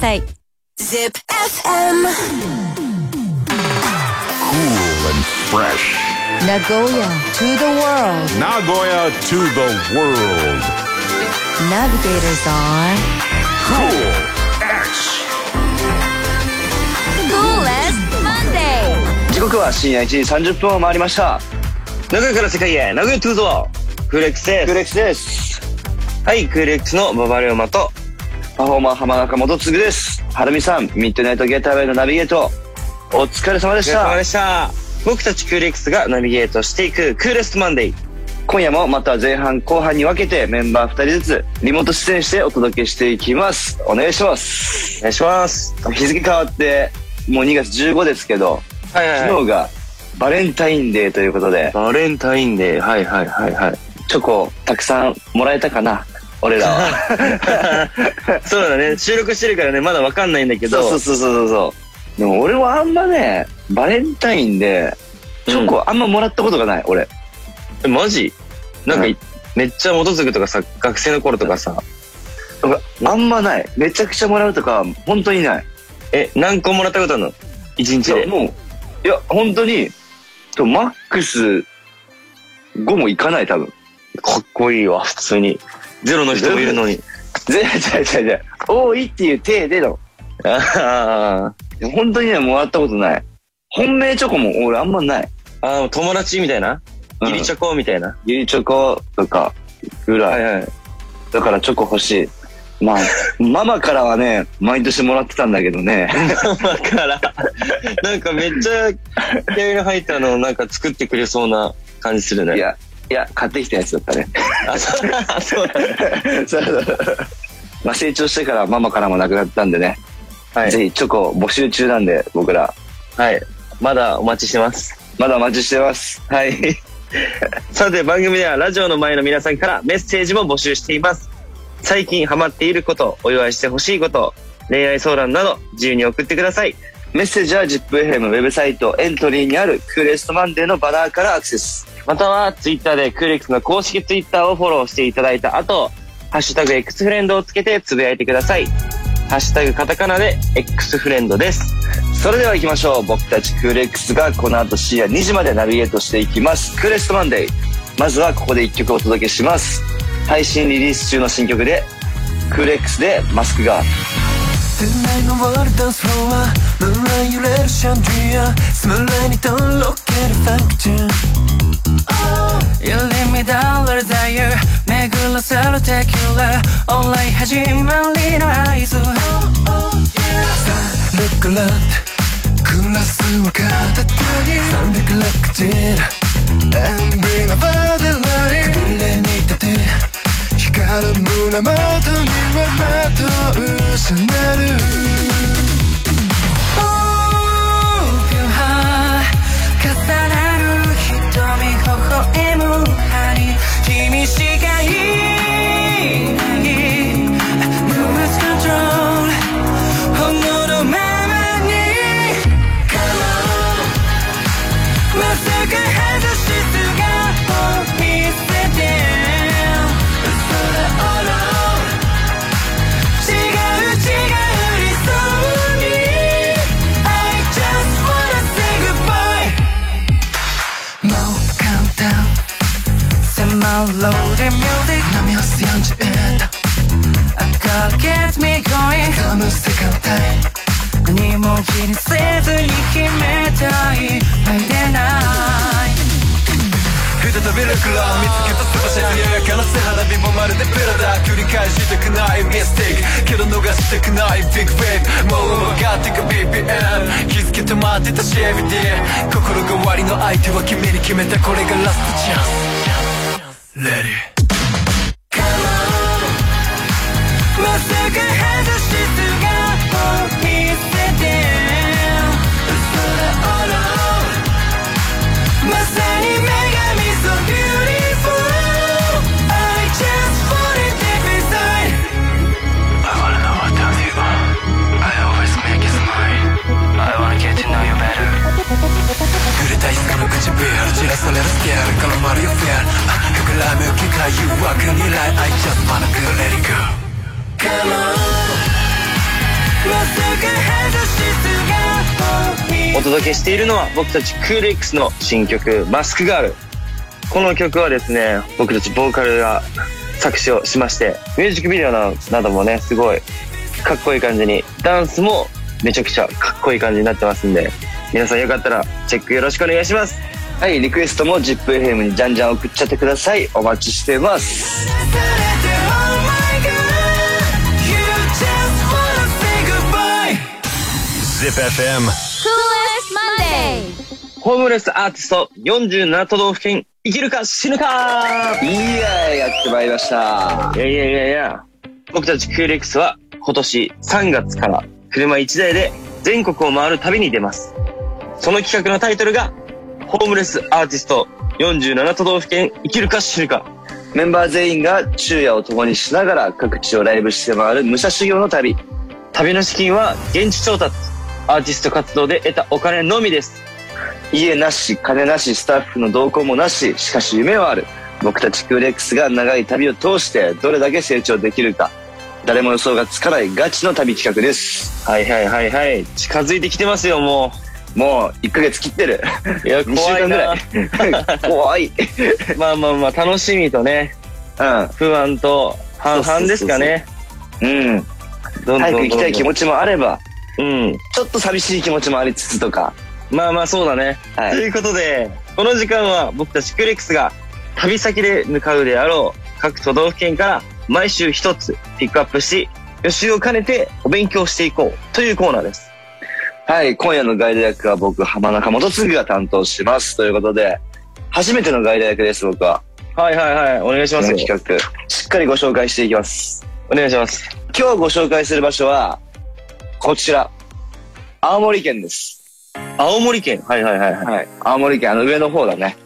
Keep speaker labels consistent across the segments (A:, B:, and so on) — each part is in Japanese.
A: さい。
B: Zip FM.
C: cool and fresh.
A: Nagoya to the world.
C: Nagoya to the world.
A: Navigators are
C: Cool X.
A: Coolest Monday.
D: 時刻は深夜1時30分を回りました名古屋から世界へ名古屋トゥーゾークーレックスですクーレックスですはいクーレックスの馬場龍馬とパフォーマー浜中元次ですはるみさんミッドナイトゲーターウェイのナビゲートお疲れ様でしたお疲れ様でした僕たちクーレックスがナビゲートしていくクーレストマンデー今夜もまた前半後半に分けてメンバー2人ずつリモート出演してお届けしていきますお願いしますお願いします日付変わってもう2月15ですけど
E: はいはい
D: 昨日がバレンタインデーということで、
E: バレンタインデー。はいはいはいはい。
D: チョコたくさんもらえたかな俺ら は。
E: そうだね。収録してるからね、まだわかんないんだけど。
D: そうそうそうそうそう。でも俺はあんまね、バレンタインで、チョコあんまもらったことがない、俺。
E: えマジなんか、
D: うん
E: めっちゃ元継ぐとかさ、学生の頃とかさ、
D: あんまない。めちゃくちゃもらうとか、本当にない。
E: え、何個もらったことあるの一
D: い
E: 日
D: や、
E: で。
D: もう、いや、本当に、とマックス5もいかない、多分。
E: かっこいいわ、普通に。ゼロの人もいるのに。
D: 全然違う違う違う。多いっていう体での。
E: あ
D: 本当にね、もらったことない。本命チョコも俺あんまない。
E: ーあー、友達みたいな
D: うん
E: ギリチョコみたいな。
D: ギリチョコとかぐらい。
E: はいはい。
D: だからチョコ欲しい。 まあ、ママからはね、毎年もらってたんだけどね。
E: ママから、 なんかめっちゃ気合いの入ったのをなんか作ってくれそうな感じするね。
D: い、や、いや、買ってきたやつだったね。
E: あ、そう あそうだ。
D: そうまあ、成長してからママからもなくなったんでね。
E: はい
D: ぜひチョコ募集中なんで、僕ら。
E: はい。まだお待ちしてます。
D: まだお待ちしてます。
E: はい。さて番組ではラジオの前の皆さんからメッセージも募集しています。最近ハマっていること、お祝いしてほしいこと、恋愛相談など自由に送ってください。
D: メッセージは ZIPFM ウェブサイトエントリーにあるクーレストマンデーのバナーからアクセス。
E: またはツイッターでクーレックスの公式ツイッターをフォローしていただいた後、ハッシュタグ X フレンドをつけてつぶやいてください。ハッシュタグカタカナで X フレンドです。
D: それでは行きましょう。僕たちクーレックスがこの後深夜2時までナビゲートしていきます。クーレストマンデー。まずはここで1曲お届けします。配信リリース中の新曲で、クーレックスでマスクが。
F: Tonight のワールダンスフロアムーン揺れるシャンデリアスムライにとろけるファンクチューン Oh, You leave me down where desire 巡らさるテキュラオンライン始まりの合図 oh, Look around クラスを片手に360ジン And bring a further light くびれに立て光る胸元にはまとうさなる Open heart 重なる瞳微笑む針君しかいない Lose control 炎のままに Come on まさか外し素顔を見せて嘘だろ違う違う理想に I just wanna say goodbye もう簡単迫ろうで music 波を41度 I gotta get me going 噛む世界帯何も気にせずに決めたい入れない再びるクラ見つけた素晴らしいかなせ花火もまるでプラだ繰り返したくないミスティックけど逃したくないビッグウェイブもう上がってく BPM 気づけて待ってたしエビディ心変わりの相手は君に決めたこれがラストチャンスレディーまさか外し姿を見せて嘘だろまさに女神 so beautiful I just wanna take beside I wanna know what does you I always make you smile I wanna get to know you better 揺れた椅子の唇散らされるスケール絡まるよフェア膨らむ機会誘惑に来 I just wanna go let it go Come on まさか外したくない
E: お届けしているのは僕たちクール X の新曲「マスクガール」この曲はですね僕たちボーカルが作詞をしましてミュージックビデオななどもねすごいかっこいい感じにダンスもめちゃくちゃかっこいい感じになってますんで皆さんよかったらチェックよろしくお願いしますはいリクエストも ZIPFM にじゃんじゃん送っちゃってくださいお待ちしてます
F: oh 「
C: Zip FM.
A: Coolest Monday.
E: ホームレスアーティスト47都道府県生きるか死ぬか
D: いやーやってまいりました
E: いやいやいやいや、僕たちクール X は今年3月から車1台で全国を回る旅に出ます。その企画のタイトルが、ホームレスアーティスト47都道府県生きるか死ぬか。
D: メンバー全員が昼夜を共にしながら各地をライブして回る武者修行の旅
E: 旅の資金は現地調達、アーティスト活動で得たお金のみです。
D: 家なし金なしスタッフの同行もなししかし夢はある僕たちクール X が長い旅を通してどれだけ成長できるか誰も予想がつかないガチの旅企画です
E: はいはいはいはい。近づいてきてますよ、も
D: もう1ヶ月切ってる
E: う。いや、
D: 2週間ぐらい怖い うん
E: まあまあまあ、楽しみとね、不安と半々ですかね。
D: うん
E: どんどん
D: 早
E: どんどん
D: く行きたい気持ちもあれば
E: うん。
D: ちょっと寂しい気持ちもありつつとか
E: まあまあそうだね。
D: はい
E: ということで、この時間は僕たちクレックスが旅先で向かうであろう各都道府県から毎週一つピックアップし、予習を兼ねてお勉強していこうというコーナーです。
D: はい、今夜のガイド役は僕、浜中元次が担当します。ということで、初めてのガイド役です、僕は。
E: はいはいはい。お願いし
D: こ
E: ま
D: の
E: すよ。
D: 企画、しっかりご紹介していきます。
E: お願いします。
D: 今日ご紹介する場所は、こちら。青森県です。
E: 青森県。はいはいはい。はい、
D: はい。青森県、あの上の方だね。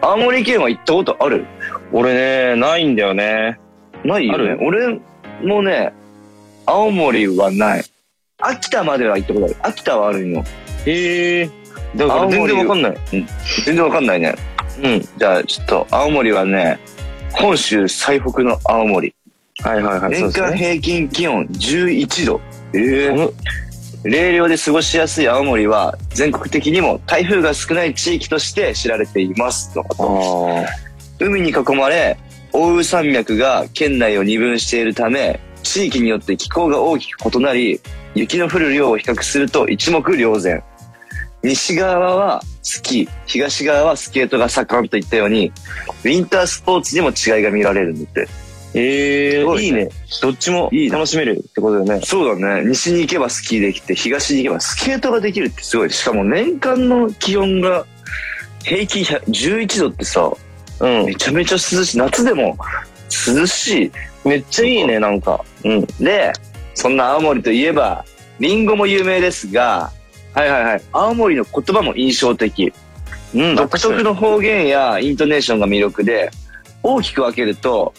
D: 青森県は行ったことある
E: 俺ね、ないんだよね。
D: ないよ
E: あ
D: ね
E: る。
D: 俺もね、青森はない。秋田までは行ったことある。秋田はあるんよ。
E: へえ。だから
D: 青森
E: 全然わかんない。
D: 全然わかんないね。
E: うん。
D: じゃあ、ちょっと、青森はね、本州最北の青森。
E: はいはいはい。そう
D: 年
E: です
D: 間
E: ね。
D: 平均気温11度。え
E: え
D: 冷涼で過ごしやすい青森は全国的にも台風が少ない地域として知られていますと
E: あー
D: 海に囲まれ奥羽山脈が県内を二分しているため地域によって気候が大きく異なり雪の降る量を比較すると一目瞭然西側はスキー東側はスケートが盛んといったようにウィンタースポーツにも違いが見られるんだって
E: え
D: すご
E: ー、
D: いね
E: いいね。どっちも
D: いいね
E: 楽しめるってことだよね。
D: そうだね。西に行けばスキーできて、東に行けばスケートができるってすごい。しかも年間の気温が平均100 11度ってさ、
E: うん
D: め。ちゃめちゃ涼しい。夏でも涼し
E: めっちゃいいね、なんか。うん。
D: い。で、そんな青森といえば、リンゴも有名ですが、
E: はいはいはい。
D: 青森の言葉も印象的。
E: うん
D: 独特の方言やイントネーションが魅力で、大きく分けると、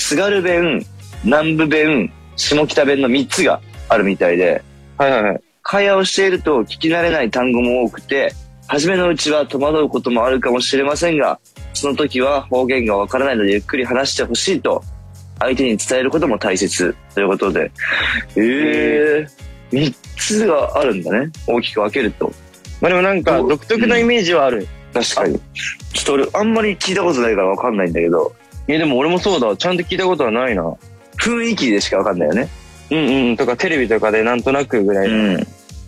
D: 津軽弁、南部弁、下北弁の3つがあるみたいで、
E: はいはいはい。
D: 会話をしていると聞き慣れない単語も多くて、初めのうちは戸惑うこともあるかもしれませんが、その時は方言がわからないのでゆっくり話してほしいと、相手に伝えることも大切ということで。えー、三つがあるんだね。大きく分けると。
E: まあでもなんか、
D: うん
E: 独特なイメージはある。
D: 確かに。ちょっと俺、あんまり聞いたことないからわかんないんだけど、
E: いやでも俺もそうだ。ちゃんと聞いたことはないな。
D: 雰囲気でしかわかんないよね。
E: うんうん。とかテレビとかでなんとなくぐらいの
D: ん。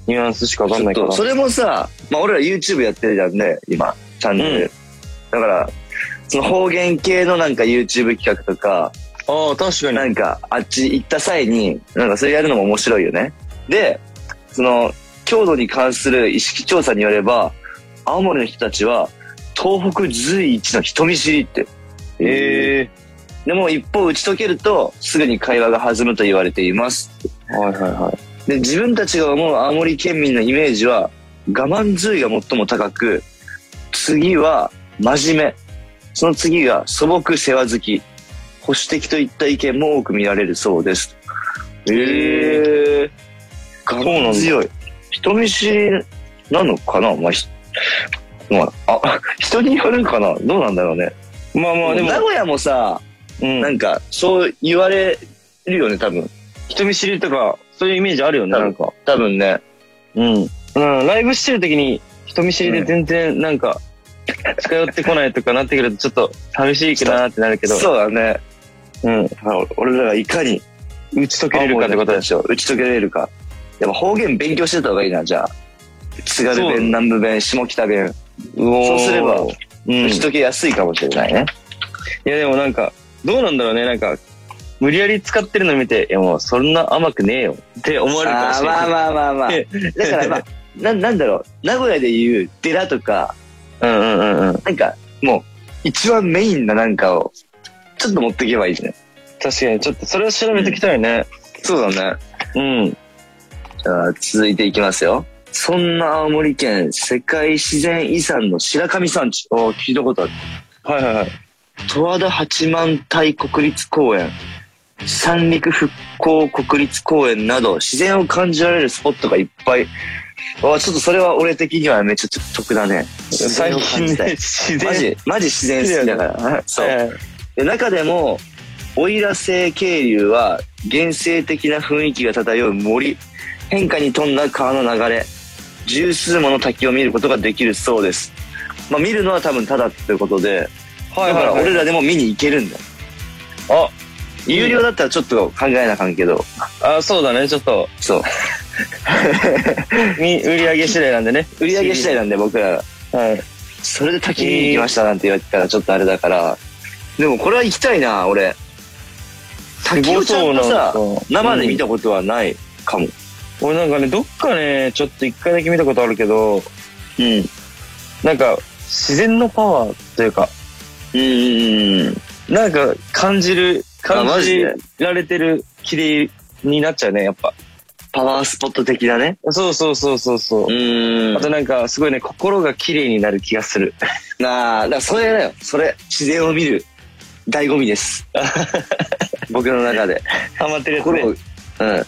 E: ニュアンスしかわかん
D: ちょ
E: な
D: っ
E: いから。
D: と、それもさ、まあ俺ら YouTube やってるじゃんね、今、チャンネル。
E: うん
D: だから、その方言系のなんか YouTube 企画とか、
E: ああ、確かに。
D: なんかあっち行った際に、なんかそれやるのも面白いよね。で、その、郷土に関する意識調査によれば、青森の人たちは、東北随一の人見知りって。
E: え
D: でも一方打ち解けると、すぐに会話が弾むと言われています。
E: えはいはいは
D: で自分たちが思う青森県民のイメージは我慢強いが最も高く次は真面目その次が素朴世話好き保守的といった意見も多く見られるそうですええ我
E: そうなん
D: 慢
E: だ
D: 強い人見知りなのかなまあひまあ、 あ人によるんかなどうなんだろうね。
E: い。まあまあでも
D: 名、古屋もさ、
E: うん
D: なんか、そう言われるよね、多分。
E: 人見知りとか、そういうイメージあるよね、
D: 多分
E: なんか。
D: 多分ね。
E: うん。うん、ライブしてる時に人見知りで全然なんか、近寄ってこないとかなってくるとちょっと寂しいかなってなるけど、
D: そうだね。
E: うん、
D: まあ俺らがいかに
E: 打ち解けれるかってこと
D: で
E: で
D: しょ。打ち解けれるか。やっぱ方言勉強してた方がいいな、じゃあ。津軽
E: そう
D: 弁、南部弁、下北弁。そうすれば、
E: うん。
D: 打
E: い
D: ち解けやすいかもしれないね。
E: やでもなんか、どうなんだろうね、なんか、無理やり使ってるの見て、いやもうそんな甘くねえよって思われるかも
D: あ
E: し
D: ー
E: れ
D: まあ
E: ない。
D: まあまあ まあ。だからまあ、な、なんだろう。名古屋で言う寺とか、
E: うんうんうんうん。
D: なんか、もう、一番メインななんかを、ちょっと持っていけばいいじゃない
E: 確かに、ちょっとそれを調べてきたいね。
D: そうだね。
E: うん。
D: じゃあ、続いていきますよ。そんな青森県世界自然遺産の白神山地。おー聞いたことある。
E: はいはいはい。
D: 十和田八幡平国立公園、三陸復興国立公園など、自然を感じられるスポットがいっぱい。あちょっとそれは俺的にはめっちゃ得だね。
E: 最近
D: 自然を感じた
E: ね、
D: い
E: 自然。
D: マジ、マジ自然好きだから。そう。で中でも奥入瀬渓流は原生的な雰囲気が漂う森変化に富んだ川の流れ十数もの滝を見ることができるそうです、まあ、見るのは多分ただってことで
E: はいはい
D: だか
E: は
D: ら
E: い。
D: 俺らでも見に行けるんだよ
E: あ、
D: 有料だったらちょっと考えなあかんけど
E: あ、そうだね、ちょっと、
D: そう
E: み売り上げ次第なんでね。
D: 売り上げ次第なんで僕ら
E: はい。
D: それで滝見に行きましたなんて言われたらちょっとあれだからでもこれは行きたいな俺滝をちゃんとさ
E: すごそうなんか
D: 生で見たことはないかも
E: 俺なんかね、どっかね、ちょっと一回だけ見たことあるけど、
D: うん
E: なんか、自然のパワーというか、
D: うんうんうん
E: なんか感じる、
D: あ
E: 感
D: マジ
E: じ
D: で
E: られてる綺麗になっちゃうね、やっぱ。
D: パワースポット的だね。
E: そうそうそうそうそう。
D: ん
E: あとなんか、すごいね、心が綺麗になる気がする。
D: なあ、だからそれだよ。それ、自然を見る醍醐味 です。僕の中で。
E: ハマってるやつね
D: 心を、うん。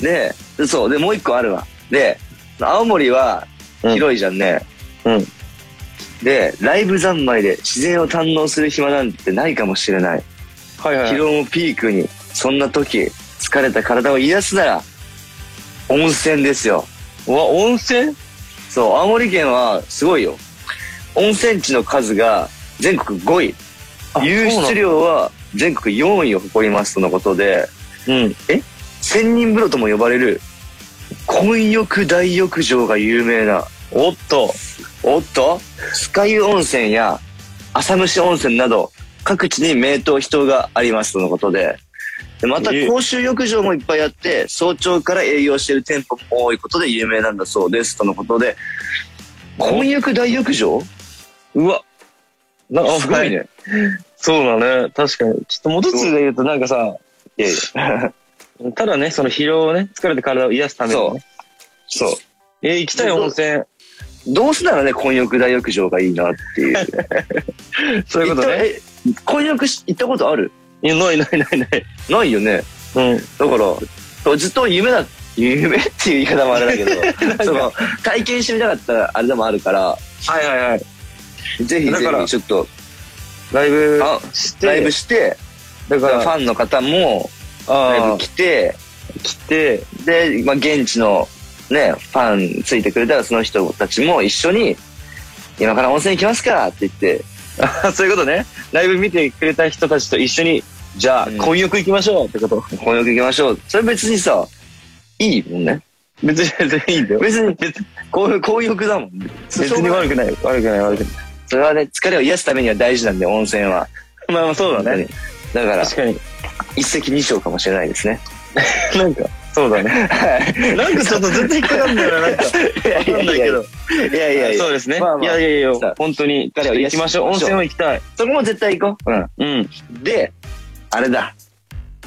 D: で、そう。で、もう一個あるわ。で、青森は
E: うん
D: 広いじゃんね。
E: うん
D: で、ライブ三昧で自然を堪能する暇なんてないかもしれない。
E: はいはい。
D: 疲労もピークに、そんな時、疲れた体を癒すなら、温泉ですよ。
E: うわ、温泉
D: そう、青森県はすごいよ。温泉地の数が全国5位。湧出量は全国4位を誇りますとのことで、
E: うん。
D: 千人風呂とも呼ばれる、混浴大浴場が有名な、
E: おっと。
D: おっと、酸ヶ湯温泉や浅虫温泉など、各地に名湯人がありますとのことで、でまた
E: ええ
D: 公衆浴場もいっぱいあって、早朝から営業している店舗も多いことで有名なんだそうですとのことで、混浴大浴場
E: うわ。なんか、
D: すごいね。
E: そうだね。確かに。ちょっと元次で言うとなんかさ、
D: いやい
E: ただね、その疲労をね、疲れて体を癒すために、ね。。
D: そう
E: えー行きたい温泉。
D: やどうせならね、混浴大浴場がいいなっていう。
E: そういうこと
D: 行
E: ね。
D: った。え混浴し行ったことある
E: いや、ないないないない。
D: ないよね。
E: うん。
D: だから、ずっと夢だ、夢っていう言い方もあれだ けど、その、体験してみたかったらあれでもあるから、
E: はいはいはい。
D: ぜひ
E: だ
D: ぜ
E: から
D: ひちょっと、
E: ライブ
D: あ
E: して、
D: ライブして、
E: だ
D: フ
E: から、
D: ァンの方もライ
E: あ
D: ブ
E: ー
D: 来て、
E: 来て、
D: で、まあ、現地のね、ファンついてくれたらその人たちも一緒に、今から温泉行きますからって言って、
E: あ そういうことね。ライブ見てくれた人たちと一緒に、じゃあ、
D: うん
E: 混浴行きましょうってこと。
D: 混浴行きましょう。それ別にさ、いいもんね。
E: 別に、全然いいんだよ。
D: 別に、混混浴だもん。
E: 別に悪くない、悪くない、悪くない。
D: それはね、疲れを癒すためには大事なんで、温泉は。
E: まあまあ、そうだね。。
D: だから、
E: 確かに。
D: 一石二鳥かもしれないですね。
E: なんか、そうだね。なんかちょっとずっと引っかかるんだよな、なんか。
D: いやい
E: わかんないけど。
D: いやいやいや。
E: そうですね。
D: まあまあ
E: いやいやい
D: さ
E: や
D: あ、
E: 本当に、
D: 彼を癒
E: 行
D: し
E: きましょう。温泉は行きたい。
D: そこも絶対行こう。う
E: うん。
D: ん。で、あれだ。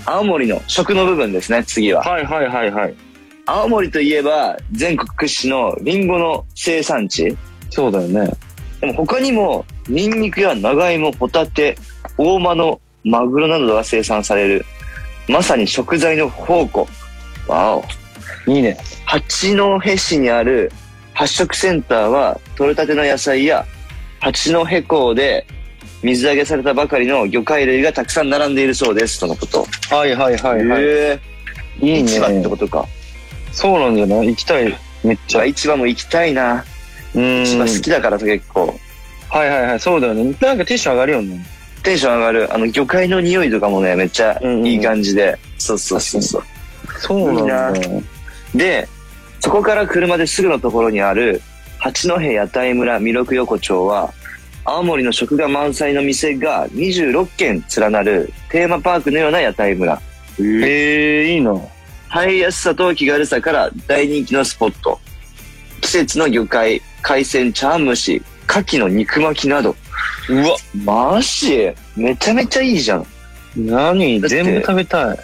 D: 青森の食の部分ですね、次は。
E: はいはいはいはい。
D: 青森といえば、全国屈指のリンゴの生産地。
E: そうだよね。
D: でも他にも、ニンニクや長芋、ホタテ、大間のマグロなどが生産される。まさに食材の宝庫。わお。
E: いいね。
D: 八戸市にある発色センターは取れたての野菜や八戸港で水揚げされたばかりの魚介類がたくさん並んでいるそうですとのこと。
E: はいはいはいはい。
D: へえ
E: いい
D: 市場っ
E: ね
D: て。ことか。
E: そうなんじゃない行きたい。めっちゃ。
D: 市場も行きたいな。
E: うん。
D: 市場好きだからさ、結構。
E: はいはいはい、そうだよね。なんかテンション上がるよね。
D: テンション上がる。あの、魚介の匂いとかもね、めっちゃ
E: うんうん
D: いい感じで。そうそうそうそう。
E: そうなんだ。
D: いで、そこから車ですぐのところにある、八戸屋台村弥勒横丁は、青森の食が満載の店が26軒連なるテーマパークのような屋台村。
E: ええいいな。
D: 入りやすさと気軽さから大人気のスポット。季節の魚介、海鮮、茶碗蒸し、牡蠣の肉巻きなど。
E: うわ、
D: マジめちゃめちゃいいじゃん。
E: 何
D: だって
E: 全部食べた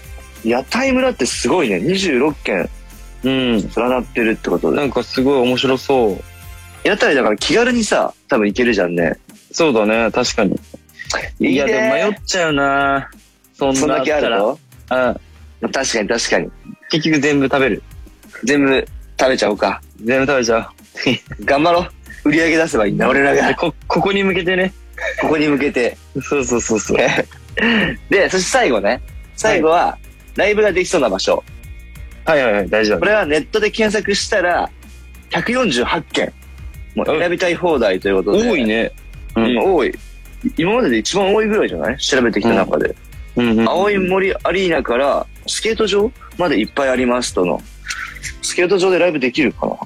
E: い。
D: 屋台村ってすごいね。26軒
E: うん。
D: 連なってるってことで。
E: なんかすごい面白そう。
D: 屋台だから気軽にさ、多分行けるじゃんね。
E: そうだね、確かに。
D: いいね
E: いや、でも迷っちゃうなそん
D: そん
E: な
D: だけある
E: の
D: の
E: うん。
D: 確かに確かに。
E: 結局全部食べる。
D: 全部食べちゃおうか。
E: 全部食べちゃ
D: 頑張ろう。売り上げ出せばいいんだ。俺ら
E: う。
D: が。
E: こ、ここに向けてね。
D: ここに向けて。
E: そうそうそうそう。
D: で、そして最後ね。最後は、ライブができそうな場所。
E: はいはいはい、大丈夫
D: こ。れはネットで検索したら、148件。もう選びたい放題ということで。
E: 多い。ね。う
D: うん、
E: ん。
D: 多い。今までで一番多いぐらいじゃない調べてきた中で。
E: うんうん
D: 青い森アリーナから、スケート場までいっぱいありますとの。スケート場でライブできるかな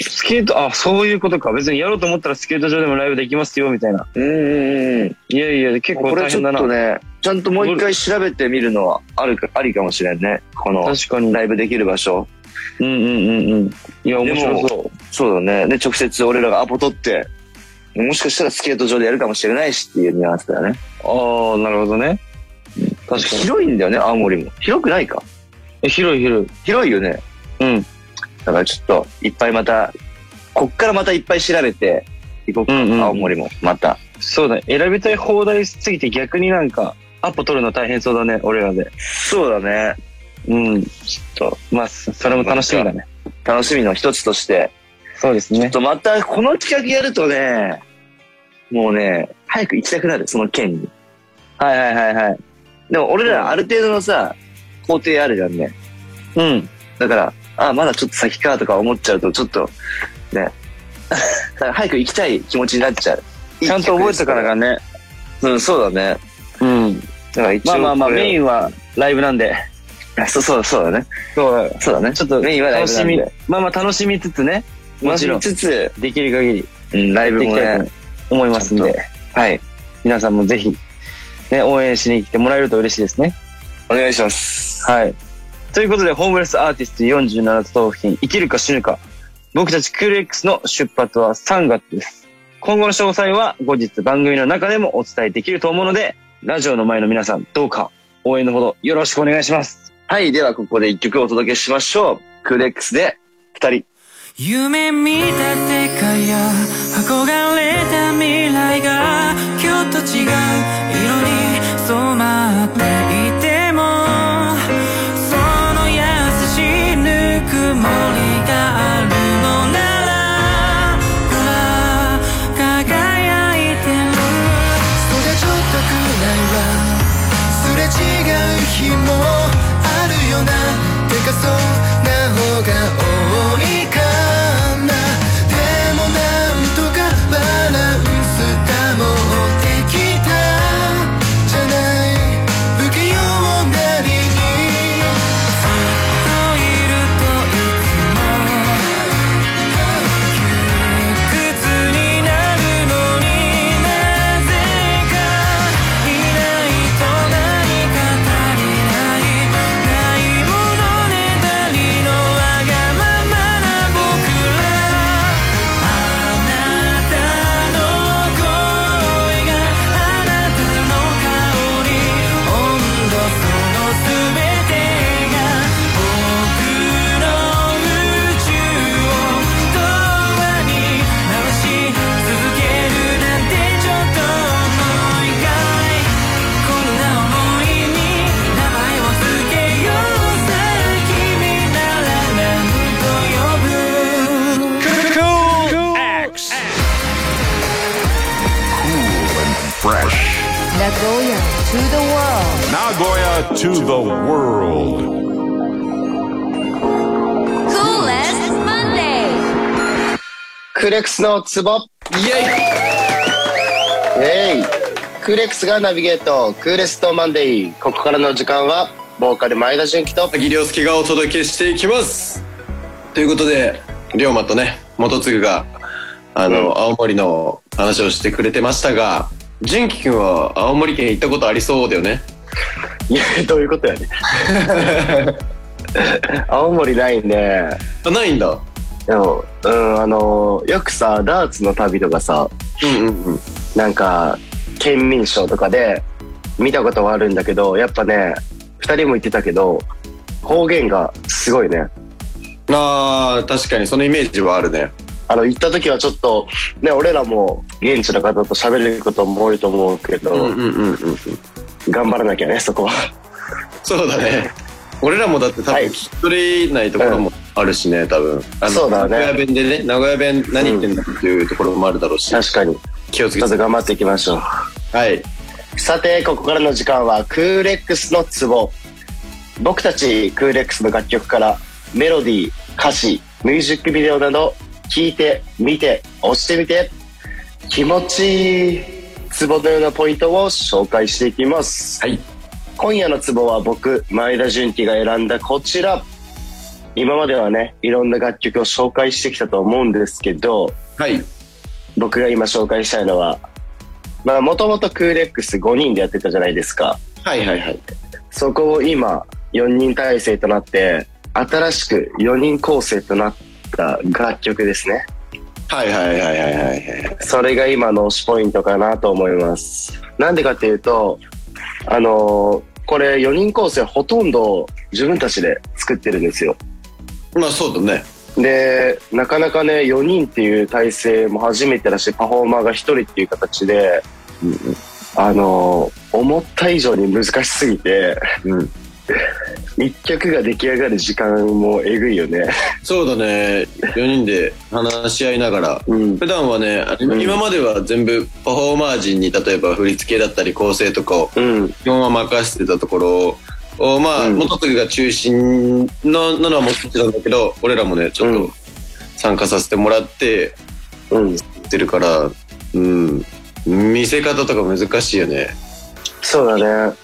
E: スケート、あ、そういうことか。別にやろうと思ったらスケート場でもライブできますよ、みたいな。
D: うんうんうん。
E: いやいや、結構
D: これ
E: 大
D: ちょ
E: 変だ
D: っ
E: な
D: と。ね、ちゃんともう一回調べてみるのはあるか、ありかもしれんね。この、
E: 確かに。
D: ライブできる場所。
E: うんうんうんうん。いや、面白そう。
D: そうだね。で、直接俺らがアポ取って、もしかしたらスケート場でやるかもしれないしっていうニュアンスだよね。
E: ああ、なるほどね。確かに。
D: 広いんだよね、青森も。広くないか。
E: え広い広い。
D: 広いよね。
E: うん。
D: だからちょっと、いっぱいまた、こっからまたいっぱい調べて、行こうか、
E: うんうん
D: 青森も。また。
E: そうだね。選びたい放題すぎて逆になんか、アポ取るの大変そうだね、俺らで。
D: そうだね。
E: うん。ちょっと、まあ、そそれも楽しみだね。
D: 楽しみの一つとして。
E: そうです
D: ちょ
E: ね
D: っ。とまた、この企画やるとね、もうね、早く行きたくなる、その県に。
E: はいはいはいはい。
D: でも俺らある程度のさ、工程あるじゃんね。
E: うん。
D: だから、あ、まだちょっと先かとか思っちゃうと、ちょっと、ね。 だから早く行きたい気持ちになっちゃう。
E: ちゃんと覚えてからが
D: ね。
E: ね。
D: うん、そうだね。
E: うん。
D: だから一応
E: まあまあまあ、メイ
D: ン。
E: ンはライブなんで。
D: そうそう、そうだね。
E: そう。
D: そうだね。
E: ちょっと、
D: メインはライ
E: 楽
D: ブな
E: し
D: ん
E: み
D: で。。
E: まあまあ楽しみつつね。も
D: 楽
E: ち
D: し
E: ろ
D: み
E: ん、
D: つつ、
E: できる限り、
D: うん、ライブ
E: でき
D: も
E: たいと
D: ね。
E: 思いますん
D: ちゃん
E: で
D: と。はい。
E: 皆さんもぜひ、ね、応援しに来てもらえると嬉しいですね。
D: お願いします。
E: はい。ということで、ホームレスアーティスト47都道府県、生きるか死ぬか。僕たちクール X の出発は3月です。今後の詳細は後日番組の中でもお伝えできると思うので、ラジオの前の皆さんどうか応援のほどよろしくお願いします。
D: はい、ではここで一曲お届けしましょう。クレックスで、二人。
G: 夢見た世界や憧れた未来が今日と違う色に染まっていてもその優しいぬくもりがあるのならほら輝いてるそれちょっとくらいはすれ違う日もあるよなてかそうな方が多いかなでもなんとかバランス保ってきたじゃない不器用なりにずっといるといつも窮屈になるのになぜかいないと何か足りないないものをねだりのわがままな僕らあなたの声があなたの香り温度その全てが僕の宇宙を永遠に回し続けるなんてちょっと思いがいこんな想いに名前を付けようさ君のなら何と呼ぶ
C: Fresh.
A: Nagoya to the world.
C: Nagoya to the world.
A: Coolest Monday.
H: クレックスのツボ
I: イエイ
H: イエイクーレックスがナビゲートクーレストマンデーここからの時間はボーカル前田純喜と
I: 萩亮介がお届けしていきますということで龍馬とね元次があの、青森の話をしてくれてましたが純喜くんは青森県行ったことありそうだよね
H: いやどういうことやね 青森ないね
I: あないんだ
H: でもうんあのよくさダーツの旅とかさ
I: うんうんうん
H: なんか県民賞とかで見たことはあるんだけどやっぱね2人も言ってたけど方言がすごいね
I: あー確かにそのイメージはあるね
H: あの行った時はちょっとね俺らも現地の方と喋れることも多いと思うけど、
I: うんうんうんうん
H: 頑張らなきゃねそこは
I: そうだね。 俺らもだって多
H: はい
I: 分聞き取れないところもあるしね、多分。あの
H: そうだ
I: 名
H: ね
I: 古屋弁でね、名古屋弁何言ってんだっていうところもあるだろうし、
H: 確かに
I: 気をつ
H: ち
I: け
H: ょっと
I: て。
H: 頑張っていきましょ
I: はい。
H: うさてここからの時間はクーレックスのツボ僕たちクーレックスの楽曲からメロディー歌詞ミュージックビデオなど聴いて見て押してみて気持ちいいツボのようなポイントを紹介していきます
I: はい。
H: 今夜のツボは僕前田純喜が選んだこちら今まではねいろんな楽曲を紹介してきたと思うんですけど
I: はい。
H: 僕が今紹介したいのはまあもともとクーレックス5人でやってたじゃないですか
I: はいはいはい。
H: そこを今4人体制となって新しく4人構成となった楽曲ですね
I: はいはいはいはいはいはい。
H: それが今の推しポイントかなと思います。なんでかっていうと、あのーこれ4人構成ほとんど自分たちで作ってるんですよ。
I: まあそうだね。
H: で、なかなかね、4人っていう体制も初めてだし、パフォーマーが1人っていう形で、あのー思った以上に難しすぎて、
I: うん。
H: 1曲が出来上がる時間もえぐいよね。
I: そうだね。4人で話し合いながら。
H: うん。
I: 普段はね、あの
H: うん
I: 今までは全部パフォーマー陣に例えば振り付けだったり構成とかを
H: うん。
I: 基本は任せてたところを、まあ、
H: うん
I: 元次が中心のなのはもちろんだけど、俺らもね、ちょっ
H: う
I: と
H: ん
I: 参加させてもらって、
H: うん。
I: ってるから、うん、見せ方とか難しいよね。
H: そうだね。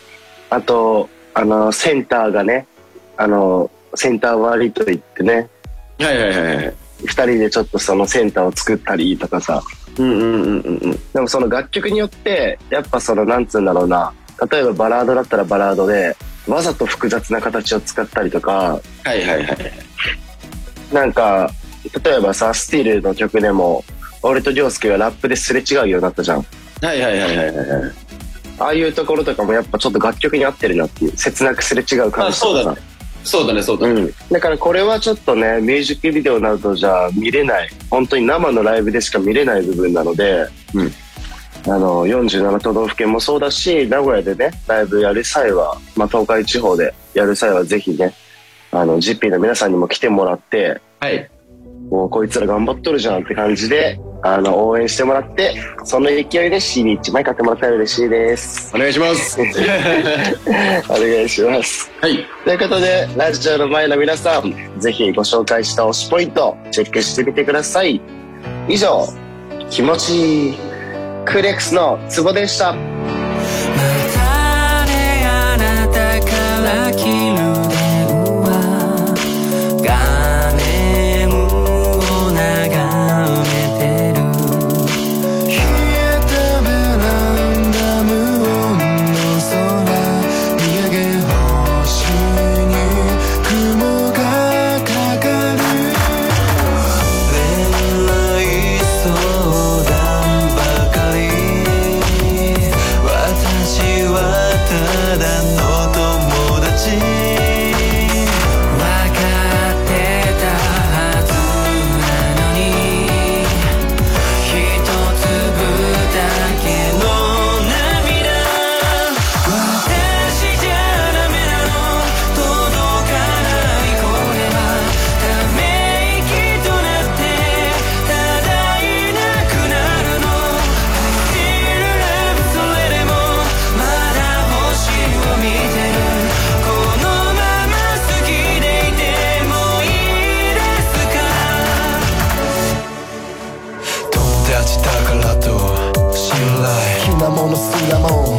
H: あと、あの、センターがね、あの、センター割りと言ってね、
I: はいはいはいはい。
H: 二人でちょっとそのセンターを作ったりとかさ。
I: うんうんうんうんうん。
H: でもその楽曲によって、やっぱその、なんつうんだろうな、例えばバラードだったらバラードで、わざと複雑な形を使ったりとか、
I: はいはいはい。
H: なんか、例えばさ、スティールの曲でも、俺と凌介がラップですれ違うようになったじゃん。
I: はいはいはいはいはいはい。
H: ああいうところとかもやっぱちょっと楽曲に合ってるなっていう、切なくすれ違う感じと
I: あそう
H: か
I: だ
H: さ
I: ね。そうだねそうだね。
H: うん、だからこれはちょっとねミュージックビデオなどじゃ見れない本当に生のライブでしか見れない部分なので、
I: うん
H: あの47都道府県もそうだし名古屋でねライブやる際は、まあ、東海地方でやる際はぜひねあの GP の皆さんにも来てもらって
I: はい。
H: もうこいつら頑張っとるじゃんって感じであの応援してもらってその勢いで CD1 枚買ってもらったら嬉しいです
I: お願いします。は
H: お願いします
I: い。
H: ということで、ラジオの前の皆さん、ぜひご紹介した推しポイント、チェックしてみてください。以上、気持ちいい、クーレックスのツボでした。
F: またねあなたから切る電話画面を眺めてる冷えたベランダ無音の空見上げ星に雲がかかる恋愛相談ばかりすらも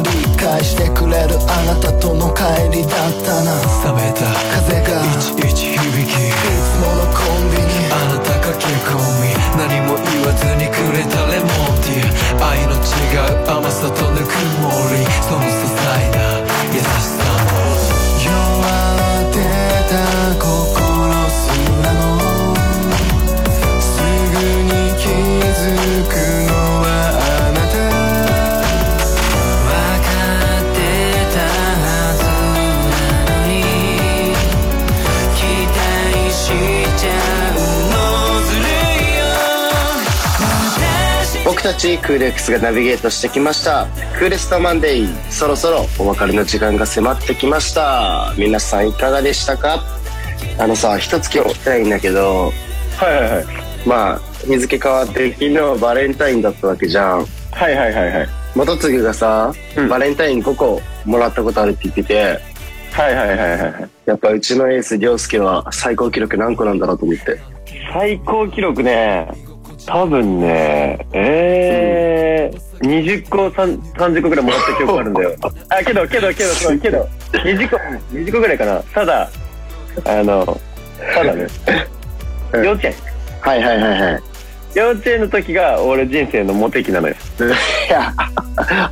F: 理解してくれるあなたとの帰りだったな
G: 冷めた
F: 風がいつ
G: 一々響き
F: ものコンビニ
G: あなた駆け込み何も言わずにくれたレモンティー愛の違う甘さとぬくもりその些細な優しさも
F: 弱ってた心すらもすぐに気づくのはあなた
G: 分かってたはずなのに期待しちゃうのずるいよ
D: 僕たちクール X がナビゲートしてきましたクールストマンデーそろそろお別れの時間が迫ってきました皆さんいかがでしたかあのさ一つ今日したいんだけど
H: はいはいはい。
D: まあ日付変わって昨日バレンタインだったわけじゃん
H: はいはいはいはい。
D: 元次がさ、
H: うん
D: バレンタイン5個もらったことあるって言ってて
H: はいはいはいはいはい。
D: やっぱうちのエース涼介は最高記録何個なんだろうと思って
H: 最高記録ね、多分ね、えー、20個、3 30個ぐらいもらった記憶があるん だよ。あ、けど、けど、けど、けど、けど、20個、20個ぐらいかな。ただ、あの、ただね、
D: うん
H: 幼稚園。
D: はいはいはいはい
H: 幼稚園の時が俺人生のモテ期なのよ。
D: いや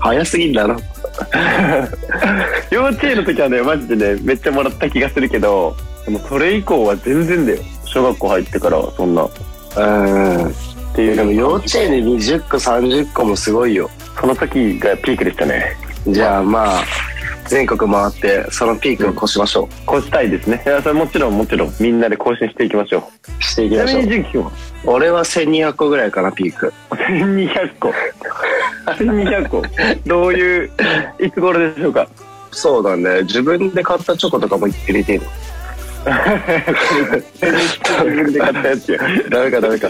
D: 早すぎんだろ
H: 幼稚園の時はね、マジでね、めっちゃもらった気がするけど、でもそれ以降は全然だよ。小学校入ってからはそんな。っ
D: うん
H: てい
D: で
H: うの
D: も
H: も、
D: 幼稚園で20個30個もすごいよ
H: その時がピークでしたね。
D: じゃあまあ全国回ってそのピークを越しましょ
H: こうしたいですね。いや、それもちろんもちろん、みんなで更新していきましょう。
D: う、していき
H: ちな
D: ま
H: み
D: しょ
H: に
D: う
H: 純喜君は
D: 俺は1200個ぐらいかなピーク
H: 1200個。1200個。どういう、いつ頃でしょうか
D: そうだね自分で買ったチョコとかも入れていいの
H: 自分で買ったやつよ。
D: ダメかダメか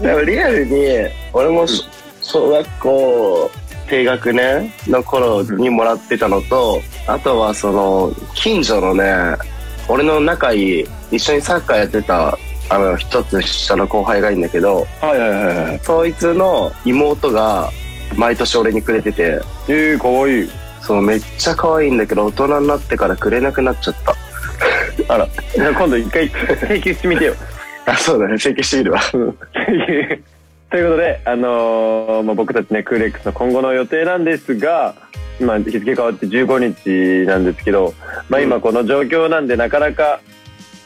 D: でもリアルに俺もし小学校低学年の頃にもらってたのと、あとはその近所のね俺の仲いい一緒にサッカーやってたあの一つ下の後輩がいるんだけど
H: はいはいはいはい。
D: そいつの妹が毎年俺にくれてて
H: えー、かわいい。
D: そのめっちゃ可愛いんだけど大人になってからくれなくなっちゃった
H: あら、じゃあ今度一回請求してみてよ。
D: あそうだね請求してみるわ
H: ということで、あのーまあ、僕たちね、クーレックスの今後の予定なんですが、今日付変わって15日なんですけど、まあ、今この状況なんでなかなか、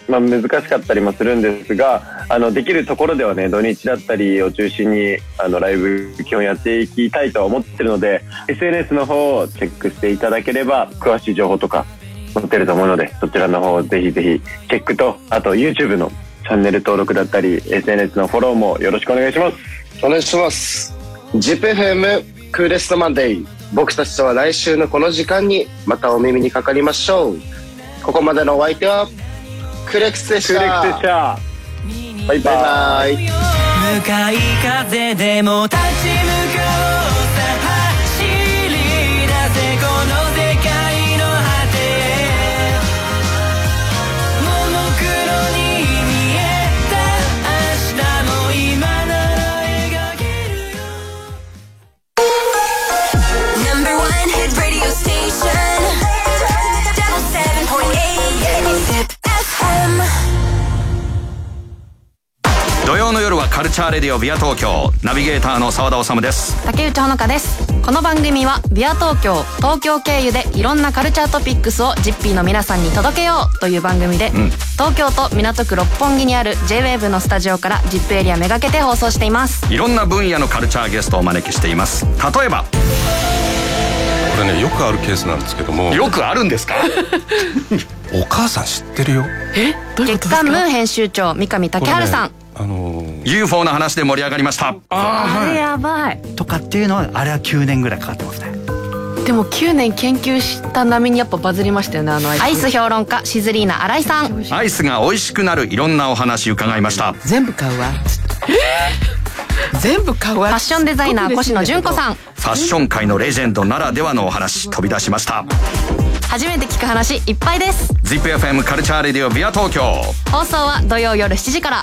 H: まあ、難しかったりもするんですが、あの、できるところではね、土日だったりを中心に、あの、ライブ基本やっていきたいとは思ってるので、SNS の方をチェックしていただければ、詳しい情報とか載ってると思うので、そちらの方をぜひぜひチェックと、あと YouTube のチャンネル登録だったり、SNS のフォローもよろしくお願いします。
D: お願いします ZIPFM クーレストマンデー僕たちとは来週のこの時間にまたお耳にかかりましょうここまでのお相手はクレックスでし
H: ク
D: た
H: レックスでした。バイバイ。
D: バイバイ
G: 向かい風でも立ち向かおうさ走り出せこの世界の果てへモノクロに見えた明日も今なら描ける
A: Number one hit radio station. Double seven point eight. Zip FM.
J: 土曜の夜はカルチャーレディオビア東京ナビゲーターの澤田治です
K: 竹内穂香ですこの番組はビア東京東京経由でいろんなカルチャートピックスをジッピーの皆さんに届けようという番組で、東京都港区六本木にある JWAVE のスタジオからジップエリアめがけて放送しています
J: いろんな分野のカルチャーゲストをお招きしています例えば
C: これねよくあるケースなんですけども
J: よくあるんですか
C: お母さん知ってるよ
K: 月刊ムー編集長三上竹春さん、
C: これねあのー
J: UFO の話で盛り上がりました
K: あれやばい
L: とかっていうのはあれは9年ぐらいかかってますね
M: でも9年研究した波にやっぱバズりましたよねあのアイ
K: アイス評論家シズリーナ新井さん
J: アイスが美味しくなるいろんなお話伺いました
M: 全部買うわ全部買うわ
K: ファッションデザイナー越野純子さん
J: ファッション界のレジェンドならではのお話飛び出しました
K: 初めて聞く話いっぱいです
J: ZIPFM カルチャーレディオビア東京
K: 放送は土曜夜7時から